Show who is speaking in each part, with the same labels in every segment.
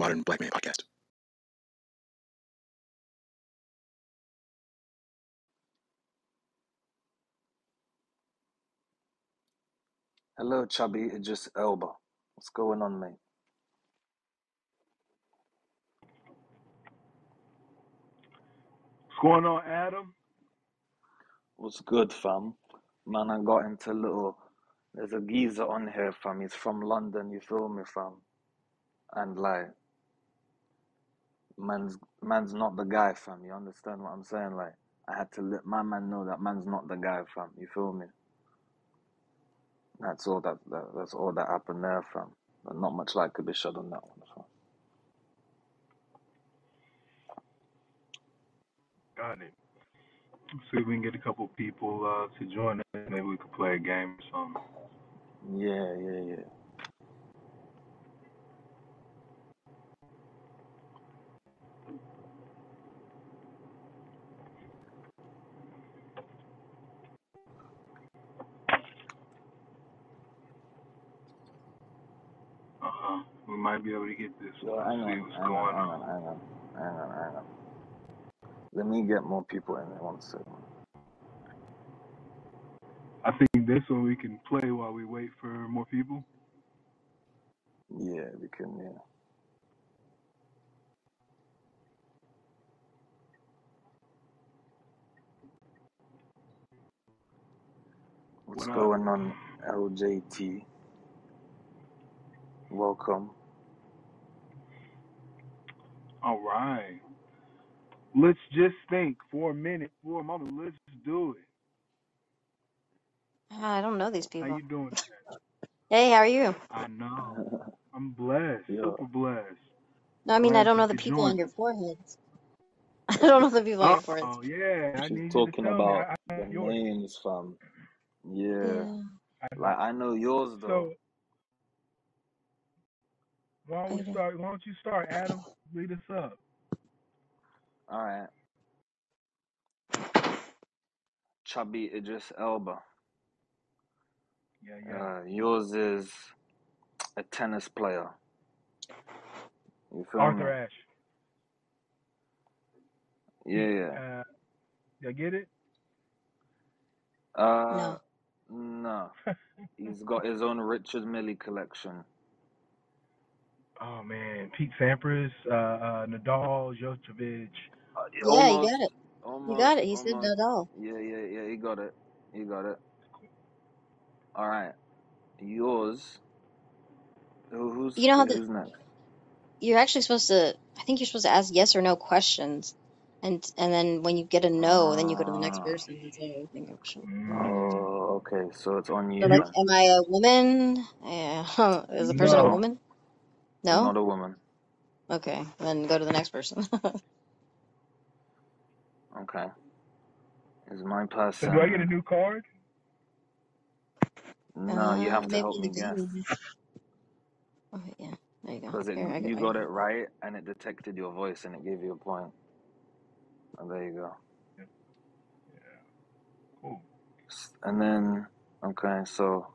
Speaker 1: Modern Black Man Podcast.
Speaker 2: Hello, Chubby Idris Elba. What's going on, mate?
Speaker 3: What's going on, Adam?
Speaker 2: What's good, fam? Man, I got into little. There's a geezer on here, fam. He's from London, you feel me, fam? And like, man's man's not the guy, fam. You understand what I'm saying? Like, I had to let my man know that man's not the guy, fam. You feel me? That's all that, that that's all that happened there, fam. But not much light could be shed on that one, fam.
Speaker 3: Got it. Let's see if we can get a couple people uh, to join us. Maybe we could play a game or something.
Speaker 2: Yeah, yeah, yeah.
Speaker 3: Uh huh. We might be able to get this.
Speaker 2: Yo,
Speaker 3: Let's
Speaker 2: hang
Speaker 3: see
Speaker 2: on,
Speaker 3: what's
Speaker 2: hang on,
Speaker 3: going
Speaker 2: hang
Speaker 3: on.
Speaker 2: on, hang on, hang on, hang on. Let me get more people in there one second.
Speaker 3: I think this one we can play while we wait for more people.
Speaker 2: Yeah, we can. Yeah. What's
Speaker 3: What up?
Speaker 2: going on, LJT? Welcome.
Speaker 3: All right. Let's just think for a minute, for a moment. Let's just do it.
Speaker 4: Ah, I don't know these
Speaker 3: How
Speaker 4: people.
Speaker 3: you doing?
Speaker 4: Hey, how are you?
Speaker 3: I know. I'm blessed,
Speaker 2: Yo,
Speaker 3: super blessed.
Speaker 4: No, I mean I
Speaker 3: Glad
Speaker 4: don't
Speaker 3: you
Speaker 4: know the
Speaker 3: could
Speaker 4: people on
Speaker 3: join
Speaker 4: your
Speaker 3: us.
Speaker 4: foreheads. I don't know the people on
Speaker 3: Uh
Speaker 4: your foreheads.
Speaker 3: oh, yeah. I
Speaker 2: she's
Speaker 3: need you to
Speaker 2: talking
Speaker 3: tell me.
Speaker 2: about
Speaker 3: I, I
Speaker 2: the
Speaker 3: know yours.
Speaker 2: names, fam. Yeah,
Speaker 4: Yeah.
Speaker 3: I know.
Speaker 2: like I know yours though.
Speaker 3: So Why don't we
Speaker 4: Okay.
Speaker 3: start? Why don't you start, Adam? Lead us up.
Speaker 2: All right, Chubby Idris Elba.
Speaker 3: Yeah, yeah.
Speaker 2: Uh, yours is a tennis player. You feel me?
Speaker 3: Arthur Ashe.
Speaker 2: Yeah, yeah.
Speaker 3: Uh, y'all get it?
Speaker 2: Uh,
Speaker 4: No.
Speaker 2: no. He's got his own Richard Millie collection.
Speaker 3: oh man, Pete Sampras, uh, uh, Nadal, Djokovic.
Speaker 2: Uh, yeah,
Speaker 4: Yeah, you
Speaker 2: almost,
Speaker 4: got it. You got
Speaker 2: almost,
Speaker 4: it. He said
Speaker 2: almost.
Speaker 4: Nadal.
Speaker 2: Yeah, yeah, yeah. He got it. He got it. All right. Yours. Who, who's
Speaker 4: You know how the
Speaker 2: who's next?
Speaker 4: you're actually supposed to I think you're supposed to ask yes or no questions. And and then when you get a no, then you go to the next
Speaker 2: Ah.
Speaker 4: person and say anything actually
Speaker 3: Mm.
Speaker 4: wrong.
Speaker 2: Oh, okay. So it's on
Speaker 4: So
Speaker 2: you
Speaker 4: like,
Speaker 3: You
Speaker 2: then.
Speaker 4: am I a woman? Yeah. Is the person a
Speaker 3: no.
Speaker 2: No,
Speaker 4: woman?
Speaker 2: not
Speaker 4: No?
Speaker 2: a woman.
Speaker 4: Okay. Then go to the next person.
Speaker 2: Okay. Is my
Speaker 3: So do I
Speaker 2: person?
Speaker 3: get a new card?
Speaker 2: No, you
Speaker 4: Uh,
Speaker 2: have to
Speaker 4: maybe
Speaker 2: help
Speaker 4: in the
Speaker 2: me guess
Speaker 4: game. Oh, yeah. There you go.
Speaker 2: because it
Speaker 4: Here, I got,
Speaker 2: you
Speaker 4: I got
Speaker 2: got it
Speaker 4: it.
Speaker 2: right and it detected your voice and it gave you a point. Oh, there you go.
Speaker 3: Yeah, cool.
Speaker 2: S- And then okay, so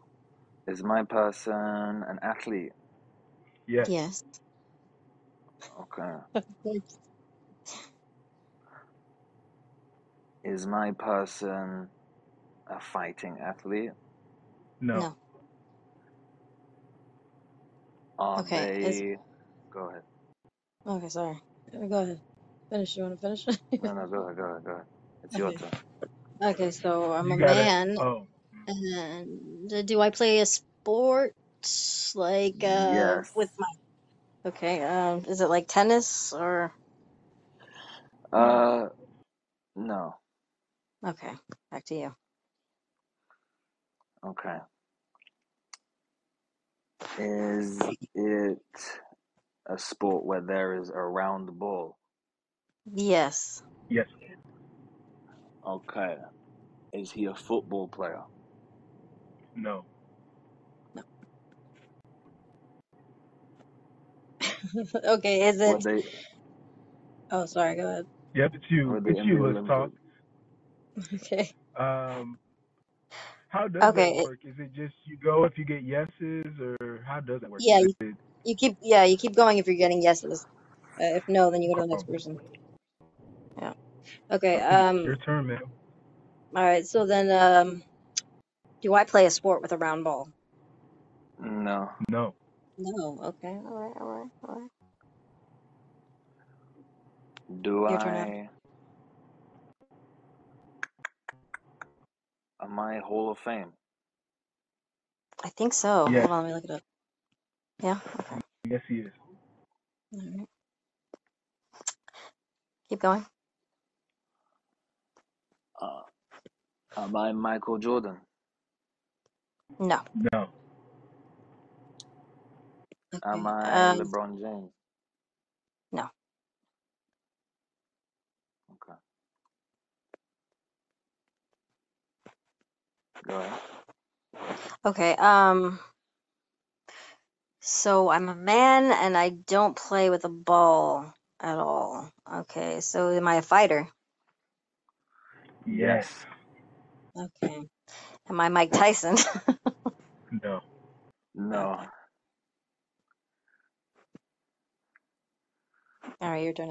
Speaker 2: Is my person an athlete?
Speaker 3: Yes.
Speaker 4: Yes.
Speaker 2: Okay.
Speaker 4: Good.
Speaker 2: Is my person a fighting athlete?
Speaker 3: No.
Speaker 4: No.
Speaker 2: Are
Speaker 4: Okay. Is
Speaker 2: they. Go ahead.
Speaker 4: okay. Sorry. Uh, Go ahead. Finish. You want to finish?
Speaker 2: No, no, go ahead, go ahead, go ahead. It's your
Speaker 4: okay.
Speaker 2: turn.
Speaker 4: Okay. So I'm
Speaker 3: You
Speaker 4: a
Speaker 3: got it.
Speaker 4: man,
Speaker 3: Oh.
Speaker 4: and uh, do I play a sport like uh
Speaker 2: Yes.
Speaker 4: with my? Okay. Um. Is it like tennis or?
Speaker 3: No.
Speaker 2: Uh, no.
Speaker 4: Okay. Back to you.
Speaker 2: Okay. Is it a sport where there is a round ball?
Speaker 4: Yes.
Speaker 3: Yes.
Speaker 2: Okay. Is he a football player?
Speaker 3: No.
Speaker 4: No. okay. Is
Speaker 2: Were
Speaker 4: it?
Speaker 2: they
Speaker 4: Oh, sorry. Go ahead.
Speaker 3: Yep, it's you.
Speaker 2: were they
Speaker 3: It's
Speaker 2: in the
Speaker 3: you. Let's talk.
Speaker 2: Olympics?
Speaker 4: Okay.
Speaker 3: Um, how does that
Speaker 4: Okay.
Speaker 3: work? Is it just you go if you get yeses, or how does that work?
Speaker 4: Yeah.
Speaker 3: Is
Speaker 4: You,
Speaker 3: it?
Speaker 4: You keep, yeah, you keep going if you're getting yeses. Uh, if no, then you go to the
Speaker 3: Oh,
Speaker 4: next person. Yeah. Okay.
Speaker 3: okay.
Speaker 4: Um.
Speaker 3: Your turn, man.
Speaker 4: All right. So then, um, do I play a sport with a round ball?
Speaker 2: No.
Speaker 3: No.
Speaker 4: No. Oh, Okay. All right. All right. All right.
Speaker 2: Do
Speaker 4: Your turn, Adam.
Speaker 2: I? Am I Hall of Fame?
Speaker 4: I think so.
Speaker 3: Yes.
Speaker 4: Hold on. Let me look it up. Yeah. Okay.
Speaker 3: Yes, he is.
Speaker 4: All right. Keep going.
Speaker 2: Uh, am I Michael Jordan?
Speaker 4: No.
Speaker 3: No.
Speaker 2: Am
Speaker 4: Okay.
Speaker 2: I
Speaker 4: Um.
Speaker 2: LeBron James?
Speaker 4: No.
Speaker 2: Okay. Go ahead.
Speaker 4: Okay. Um. So I'm a man and I don't play with a ball at all. Okay. So am I a fighter?
Speaker 3: Yes.
Speaker 2: Yes.
Speaker 4: Okay. Am I Mike Tyson?
Speaker 3: No.
Speaker 2: No.
Speaker 4: Okay. All right. Your turn,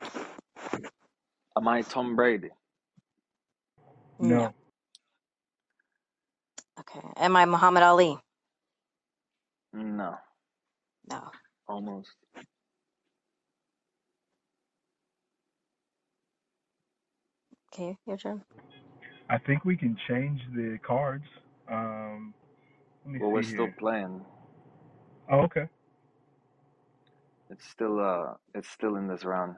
Speaker 4: Adam.
Speaker 2: Am I Tom Brady?
Speaker 4: No.
Speaker 3: No.
Speaker 4: Okay. Am I Muhammad Ali?
Speaker 2: No.
Speaker 4: No.
Speaker 2: Almost.
Speaker 4: Okay. Your turn.
Speaker 3: I think we can change the cards. Um, let me
Speaker 2: Well, we're
Speaker 3: see
Speaker 2: still
Speaker 3: here.
Speaker 2: playing.
Speaker 3: Oh, okay.
Speaker 2: It's still uh, it's still in this round.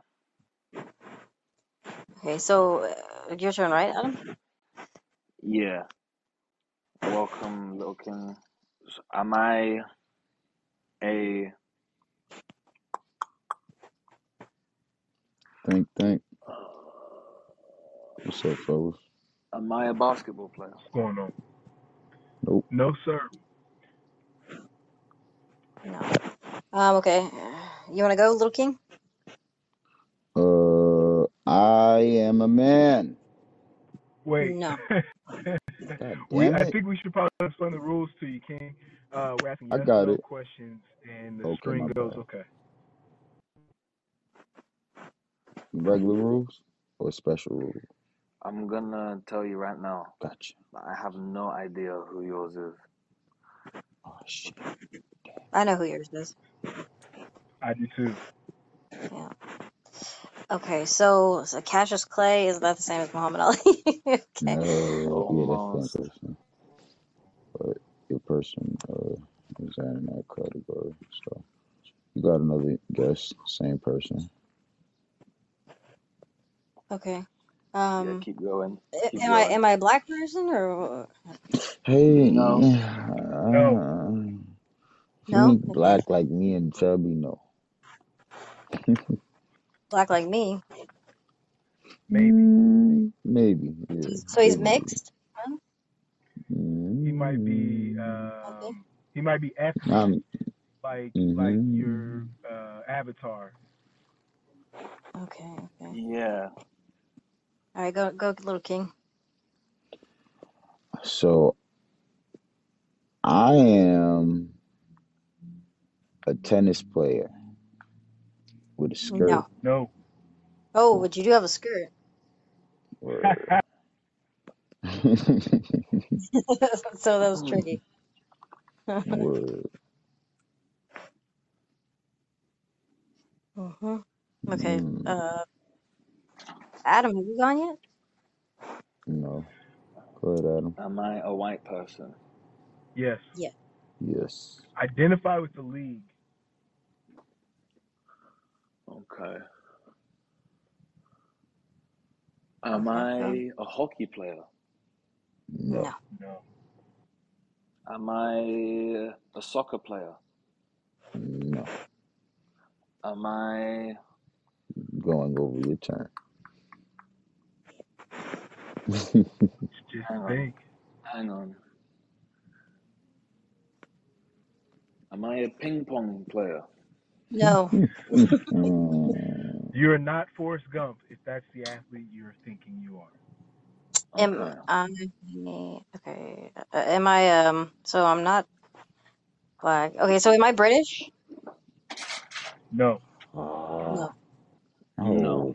Speaker 4: Okay. So uh, your turn, right, Adam?
Speaker 2: Yeah. Welcome, Little King. Am I a
Speaker 1: Think, think.
Speaker 2: uh,
Speaker 1: What's up, fellas?
Speaker 2: am I a basketball player?
Speaker 3: What's going on?
Speaker 1: Nope.
Speaker 3: No, sir.
Speaker 4: No. Um. Okay. You want to go, Little King?
Speaker 1: Uh, I am a man.
Speaker 3: Wait.
Speaker 4: No.
Speaker 1: God
Speaker 3: we.
Speaker 1: damn
Speaker 3: I
Speaker 1: it.
Speaker 3: think we should probably explain the rules to you, King. Uh, we're asking
Speaker 1: I
Speaker 3: yes,
Speaker 1: got
Speaker 3: no
Speaker 1: it.
Speaker 3: questions, and the
Speaker 1: Okay,
Speaker 3: string
Speaker 1: my
Speaker 3: goes.
Speaker 1: bad.
Speaker 3: Okay.
Speaker 1: Regular rules or special rules?
Speaker 2: I'm gonna tell you right now.
Speaker 1: Gotcha.
Speaker 2: I have no idea who yours is.
Speaker 1: Oh, shit. Damn.
Speaker 4: I know who yours is.
Speaker 3: I do too.
Speaker 4: Yeah. Okay. So, so Cassius Clay is that the same as Muhammad Ali? okay.
Speaker 1: No. Yeah, that's the same
Speaker 2: Almost.
Speaker 1: person. But your person uh, is not in that category. So you got another guess. Same person.
Speaker 4: Okay.
Speaker 2: Yeah,
Speaker 4: Um.
Speaker 2: keep going.
Speaker 4: a-
Speaker 2: Keep
Speaker 4: Am I
Speaker 2: going.
Speaker 4: am I a black person or
Speaker 1: Hey.
Speaker 2: No.
Speaker 1: if
Speaker 3: No.
Speaker 1: you
Speaker 4: no?
Speaker 1: ain't
Speaker 4: Okay.
Speaker 1: black like me and chubby, no.
Speaker 4: Black like me.
Speaker 3: Maybe.
Speaker 1: Mm, maybe.
Speaker 4: So
Speaker 1: Yeah.
Speaker 4: he's so he's
Speaker 1: Just maybe.
Speaker 4: mixed. Huh?
Speaker 3: He might be.
Speaker 1: Mm,
Speaker 4: Okay.
Speaker 3: Um. He might be ethnic,
Speaker 1: I'm.
Speaker 3: like like
Speaker 1: Mm-hmm.
Speaker 3: your uh, avatar.
Speaker 4: Okay. Okay.
Speaker 2: Yeah.
Speaker 4: All right. Go go, Little King.
Speaker 1: So I am a tennis player with a
Speaker 4: No.
Speaker 1: skirt.
Speaker 3: No.
Speaker 4: Oh,
Speaker 1: Oh,
Speaker 4: but you do have a skirt.
Speaker 1: word.
Speaker 4: so that was tricky. mm-hmm.
Speaker 1: word.
Speaker 4: Mm-hmm. Okay.
Speaker 1: Mm,
Speaker 4: Uh, Adam, have you gone yet?
Speaker 1: no. Go ahead, Adam.
Speaker 2: Am I a white person?
Speaker 3: yes.
Speaker 4: Yeah.
Speaker 1: Yes.
Speaker 3: Identify with the league.
Speaker 2: Okay. Am
Speaker 4: Okay. Um,
Speaker 2: I a hockey player?
Speaker 1: No.
Speaker 4: no.
Speaker 3: No.
Speaker 2: Am I a soccer player?
Speaker 1: No.
Speaker 2: Am I
Speaker 1: Going over your turn.
Speaker 3: Let's just
Speaker 2: hang on,
Speaker 3: think.
Speaker 2: hang on. Am I a ping pong player?
Speaker 4: No.
Speaker 1: Um,
Speaker 3: You're not Forrest Gump if that's the athlete you're thinking you are.
Speaker 4: Am
Speaker 2: Okay.
Speaker 4: I okay? Uh, am I um? So I'm not. Black. Okay, so am I British?
Speaker 3: No.
Speaker 1: Oh,
Speaker 4: No.
Speaker 2: No.
Speaker 1: oh.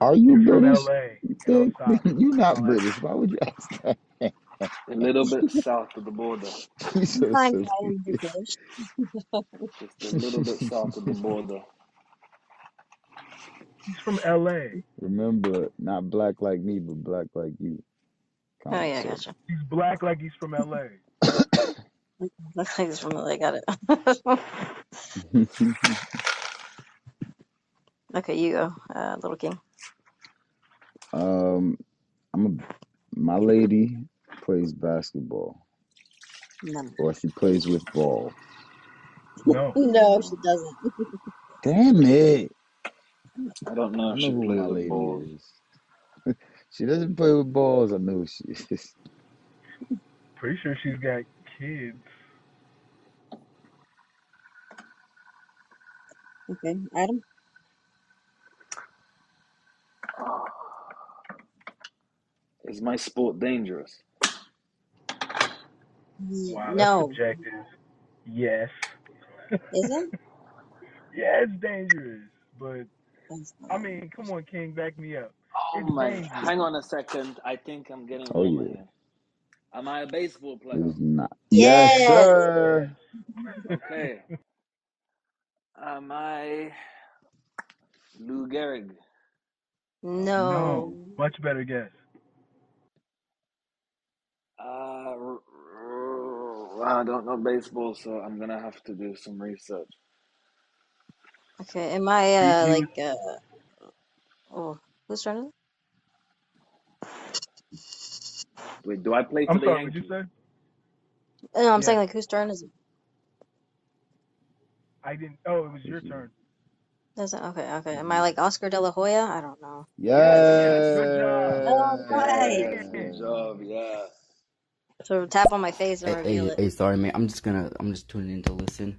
Speaker 1: Are
Speaker 3: You're
Speaker 1: you
Speaker 3: from
Speaker 1: British?
Speaker 3: LA,
Speaker 1: Big
Speaker 3: outside
Speaker 1: you
Speaker 3: of
Speaker 1: not
Speaker 3: LA.
Speaker 1: British. Why would you ask that?
Speaker 2: A little bit south of the border.
Speaker 1: You're so
Speaker 4: Sometimes I am
Speaker 1: stupid.
Speaker 4: British.
Speaker 2: Just a little bit south of the border.
Speaker 3: He's from LA.
Speaker 1: Remember, not black like me, but black like you.
Speaker 4: Oh yeah,
Speaker 1: Conversation.
Speaker 4: gotcha.
Speaker 3: He's black like he's from LA.
Speaker 4: Looks like it's from LA. Got it. okay, you go, uh, Little King.
Speaker 1: um, I'm a, my lady plays basketball,
Speaker 4: No.
Speaker 1: or she plays with ball.
Speaker 3: No.
Speaker 4: No, she
Speaker 2: Mm.
Speaker 4: doesn't.
Speaker 1: Damn it!
Speaker 2: I don't know
Speaker 1: I know
Speaker 2: if she
Speaker 1: who
Speaker 2: plays
Speaker 1: my
Speaker 2: with
Speaker 1: lady
Speaker 2: balls.
Speaker 1: is. She doesn't play with balls. I know who she is.
Speaker 3: Pretty sure she's got kids.
Speaker 4: Okay, Adam.
Speaker 2: Is my sport dangerous?
Speaker 4: Ye-
Speaker 3: Wow, that's
Speaker 4: No,
Speaker 3: subjective. Yes.
Speaker 4: is it?
Speaker 3: yeah, it's dangerous. But
Speaker 4: That's
Speaker 3: I
Speaker 4: not-
Speaker 3: mean, come on, King, back me up.
Speaker 2: Oh
Speaker 3: It's
Speaker 2: my!
Speaker 3: dangerous.
Speaker 2: Hang on a second. I think I'm getting
Speaker 1: Oh
Speaker 2: warmer
Speaker 1: yeah,
Speaker 2: here. Am I a baseball player?
Speaker 1: it's not. Yes,
Speaker 4: Yes.
Speaker 1: sir.
Speaker 3: Yes.
Speaker 2: Okay. Am I Lou Gehrig?
Speaker 3: no.
Speaker 4: No.
Speaker 3: Much better guess.
Speaker 2: Uh, r- r- I don't know baseball, so I'm gonna have to do some research.
Speaker 4: Okay, am I
Speaker 3: He,
Speaker 4: uh
Speaker 3: he was
Speaker 4: like uh oh who's turn is it?
Speaker 2: Wait, do I play for
Speaker 3: I'm
Speaker 2: the
Speaker 3: sorry, what'd you
Speaker 2: Yankees?
Speaker 3: say?
Speaker 4: No, I'm saying
Speaker 3: Yes.
Speaker 4: like whose turn is it?
Speaker 3: I didn't oh, it was your
Speaker 1: This is-
Speaker 3: turn.
Speaker 4: Doesn't okay, okay. Am I
Speaker 1: mhm.
Speaker 4: like Oscar De La Hoya? I don't know.
Speaker 3: Yes, yes, good job.
Speaker 4: All right.
Speaker 2: Yes,
Speaker 3: Yeah.
Speaker 2: good job.
Speaker 1: Yes.
Speaker 2: Yeah.
Speaker 4: So tap on my face and
Speaker 5: Hey,
Speaker 4: reveal
Speaker 5: hey,
Speaker 4: it.
Speaker 5: hey, sorry, man. I'm just gonna, I'm just tuning in to listen.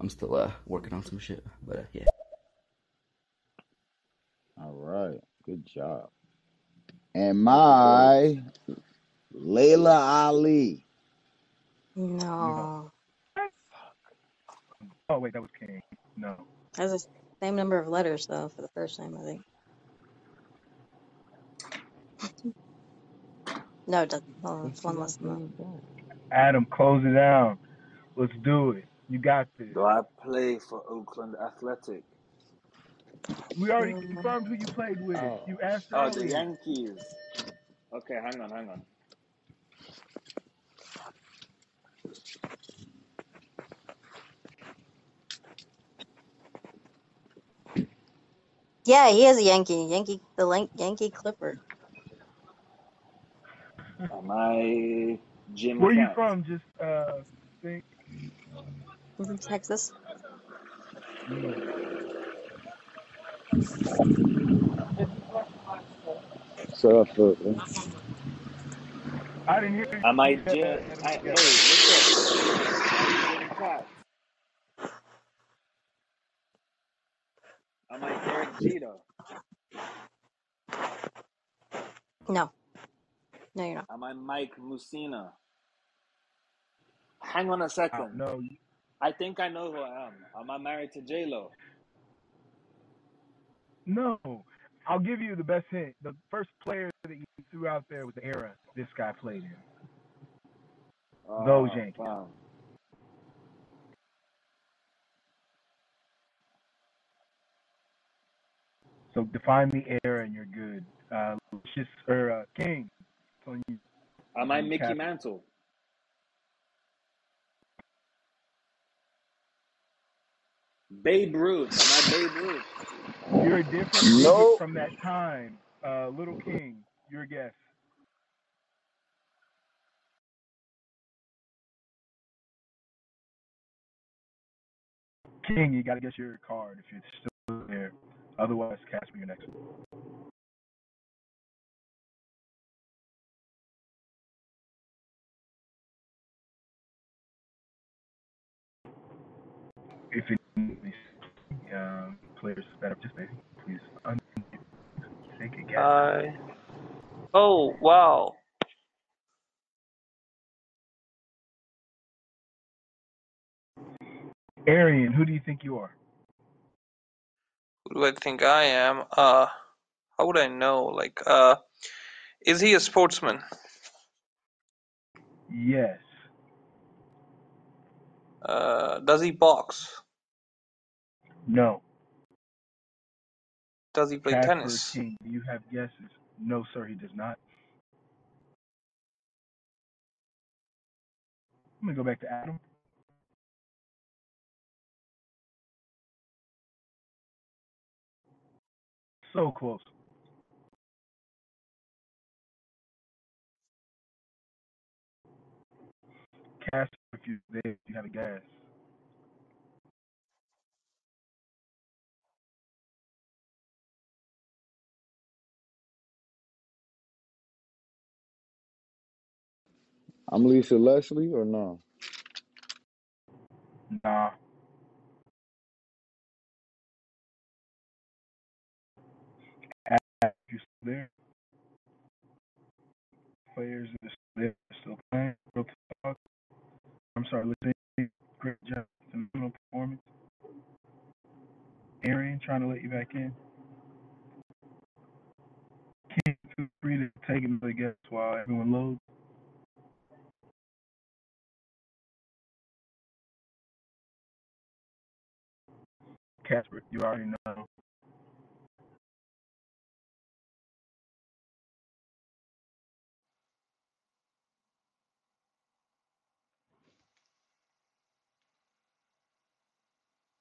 Speaker 5: I'm still uh working on some shit, but uh, yeah.
Speaker 1: All right. Good job. Am
Speaker 2: Good.
Speaker 1: I Layla Ali?
Speaker 3: No.
Speaker 4: No.
Speaker 3: Oh wait, that was King. No.
Speaker 4: That's the same number of letters though for the first name, I think. No, it doesn't. Hold on,
Speaker 1: But
Speaker 4: it's
Speaker 1: she
Speaker 4: one
Speaker 1: don't
Speaker 4: less than
Speaker 1: play
Speaker 4: that.
Speaker 1: with ball.
Speaker 3: Adam, close it out. Let's do it. You got this.
Speaker 2: Do I play for Oakland Athletic?
Speaker 3: We already
Speaker 4: Mm,
Speaker 3: confirmed who you played with.
Speaker 1: Oh
Speaker 3: You asked
Speaker 2: Oh, the
Speaker 3: earlier.
Speaker 2: Yankees. Okay, hang on, hang on.
Speaker 4: Yeah, he is a Yankee. Yankee the Lan- Yankee Clipper.
Speaker 2: Am I Jim
Speaker 3: Where you
Speaker 2: Cat?
Speaker 3: from? Just uh think
Speaker 4: I'm from Texas.
Speaker 3: mm.
Speaker 1: So I felt that.
Speaker 3: I didn't hear
Speaker 2: Am I
Speaker 3: you uh,
Speaker 2: Jim?
Speaker 3: Adam
Speaker 2: I,
Speaker 3: yet.
Speaker 2: hey, what's up? Am I Jim Cat? Am I Derek Jeter?
Speaker 4: No, no, you're not.
Speaker 2: Am I Mike Musina? Hang on a
Speaker 3: Wow,
Speaker 2: second.
Speaker 3: no, you-
Speaker 2: I think I know who I am. Am I married to J Lo?
Speaker 3: no. I'll give you the best hint. The first player that you threw out there was the era this guy played in. Those
Speaker 2: Oh,
Speaker 3: Yankees.
Speaker 2: fam.
Speaker 3: So define the era and you're good. Uh, just or uh, King. It's on you
Speaker 2: Am I
Speaker 3: when you
Speaker 2: Mickey
Speaker 3: tap.
Speaker 2: Mantle? Babe Ruth. Am I Babe Ruth?
Speaker 3: You're a different digit
Speaker 1: Nope.
Speaker 3: from that time. Uh, Little King, your guess. King, you gotta guess your card if it's still there. Otherwise, catch me your next one. If it these um, players that have just made, please un- take a guess.
Speaker 6: I oh wow.
Speaker 3: Arian, who do you think you are?
Speaker 6: Who do I think I am? Uh, how would I know? Like, uh, is he a sportsman?
Speaker 3: Yes.
Speaker 6: Uh, does he box?
Speaker 3: No.
Speaker 6: Does he play
Speaker 3: Casper
Speaker 6: tennis?
Speaker 3: King, do you have guesses? No, sir, he does not. I'm gonna go back to Adam. So close. Casper, if you're there, you have a guess.
Speaker 1: I'm Lisa Leslie or no?
Speaker 3: Nah. Adam, if you're still there. Players are still there, still playing. Real talk. I'm sorry, listen. Great job. Phenomenal performance. Arian trying to let you back in. King, feel free to take another guess while everyone loads. Casper, you already know.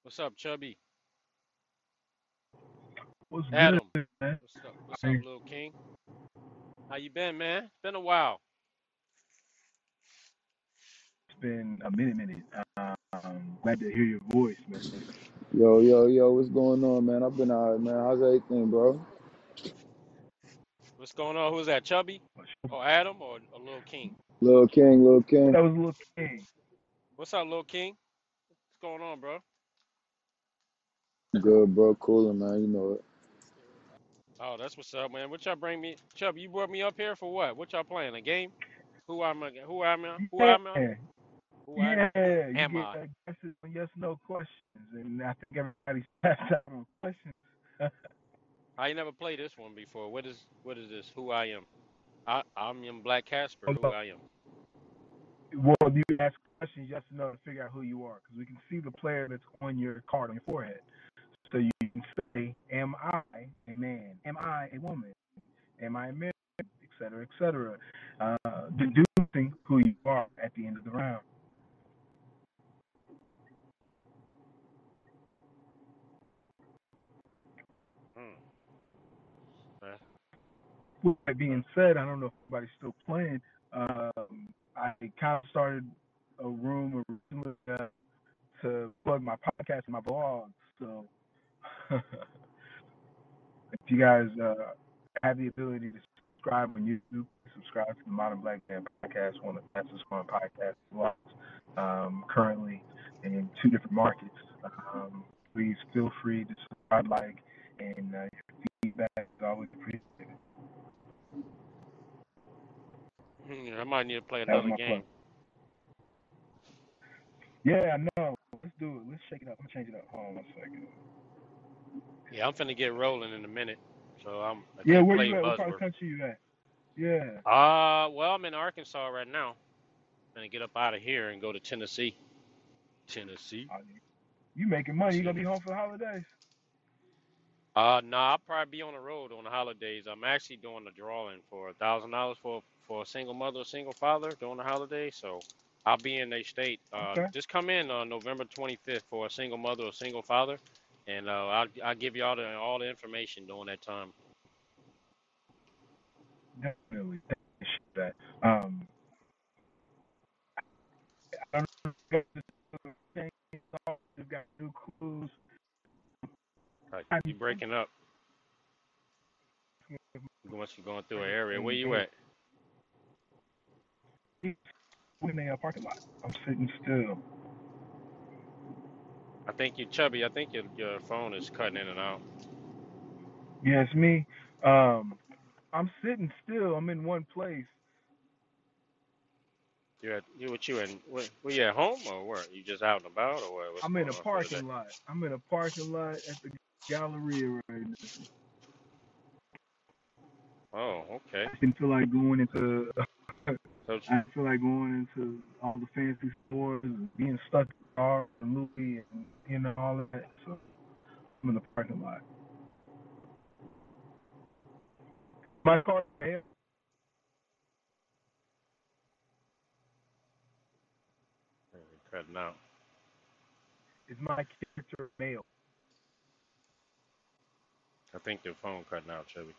Speaker 7: What's up, Chubby?
Speaker 3: What's good,
Speaker 7: Adam.
Speaker 3: man?
Speaker 7: What's up?
Speaker 3: How
Speaker 7: What's
Speaker 3: are
Speaker 7: up,
Speaker 3: you?
Speaker 7: Lil King? How you been, man? It's been a while.
Speaker 3: It's been a minute, minute. Um, glad to hear your voice, man.
Speaker 1: Yo, yo, yo, what's going on, man? I've been all right, man. How's everything, bro?
Speaker 7: What's going on? Who's that, Chubby? Or Adam or, or Lil King?
Speaker 1: Lil King, Lil King.
Speaker 3: That was a little king.
Speaker 7: What's up, Lil King? What's going on, bro?
Speaker 1: Good, bro. Cooling, man. You know it.
Speaker 7: Oh, that's what's up, man. What y'all bring me? Chubby, you brought me up here for what? What y'all playing? A game? Who am I? Who am I? Who
Speaker 3: Yeah,
Speaker 7: am I? Who I
Speaker 3: yeah. You
Speaker 7: am
Speaker 3: get
Speaker 7: I?
Speaker 3: uh, guesses on yes, no questions, and I think everybody's passed out on questions.
Speaker 7: I ain't never played this one before. What is what is this? Who I am? I I'm young Black Casper. Who
Speaker 3: Although,
Speaker 7: I am?
Speaker 3: well, you ask questions yes or no to figure out who you are, because we can see the player that's on your card on your forehead. So you can say, "Am I a man? Am I a woman? Am I a man?" Et cetera, et cetera. Uh, deducing who you are at the end of the round.
Speaker 7: Hmm. man.
Speaker 3: With that
Speaker 7: Uh,
Speaker 3: being said, I don't know if anybody's still playing. Um, I kind of started a room originally uh, to plug my podcast and my blog. So if you guys uh, have the ability to subscribe on YouTube, subscribe to the Modern Black Man Podcast, one of the fastest growing podcasts blogs, um, currently in two different markets. Um, please feel free to subscribe, like, and uh, your feedback is always appreciated.
Speaker 7: hmm, I might need to play
Speaker 3: That was
Speaker 7: another
Speaker 3: my plug.
Speaker 7: game.
Speaker 3: Yeah, I know. Let's do it. Let's shake it up. I'm gonna change it up. Hold on one second.
Speaker 7: Yeah, I'm finna get rolling in a minute. So I'm I
Speaker 3: Yeah,
Speaker 7: can't
Speaker 3: where
Speaker 7: play
Speaker 3: you at? What part of the
Speaker 7: buzzword.
Speaker 3: country you at? Yeah.
Speaker 7: Uh well I'm in Arkansas right now. I'm gonna get up out of here and go to Tennessee. Tennessee.
Speaker 3: Oh, you you making money? You gonna
Speaker 7: Tennessee.
Speaker 3: be home for the holidays?
Speaker 7: Uh nah, I'll probably be on the road on the holidays. I'm actually doing the drawing for a thousand dollars for for a single mother, a single father during the holidays. So I'll be in their state. Uh
Speaker 3: Okay.
Speaker 7: just come in on November twenty fifth for a single mother or single father and uh I'll I'll give y'all the all the information during that time.
Speaker 3: Definitely. That. Um, I don't know if this is the same song. We've got new clues.
Speaker 7: Right.
Speaker 3: I'm
Speaker 7: You breaking up once you're going through an area. Where you at?
Speaker 3: in a parking lot. I'm sitting still.
Speaker 7: I think you're chubby. I think your your phone is cutting in and out.
Speaker 3: Yeah, it's me. Um, I'm sitting still. I'm in one place.
Speaker 7: You at you what you in? What, were you at home or what? You just out and about or what? What's
Speaker 3: I'm in
Speaker 7: going
Speaker 3: a
Speaker 7: on for the day?
Speaker 3: parking lot. I'm in a parking lot at the Galleria right now.
Speaker 7: Oh, okay.
Speaker 3: I didn't feel like going into.
Speaker 7: So it's-
Speaker 3: I didn't feel like going into all the fancy stores and being stuck in our movie and you know all of that. So I'm in the parking lot. My car.
Speaker 7: you're cutting out.
Speaker 3: is my character male?
Speaker 7: I think your phone cutting out, Chevy.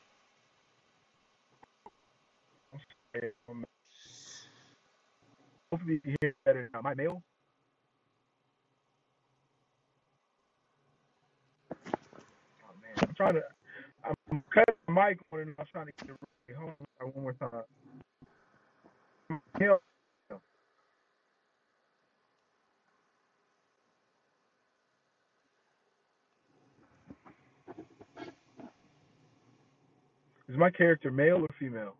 Speaker 3: I'm scared. I'm- um, Hopefully you can hear better now. My male? Oh man, I'm trying to. I'm cutting the mic on and I'm trying to get it home one more time. Male. Is my character male or female?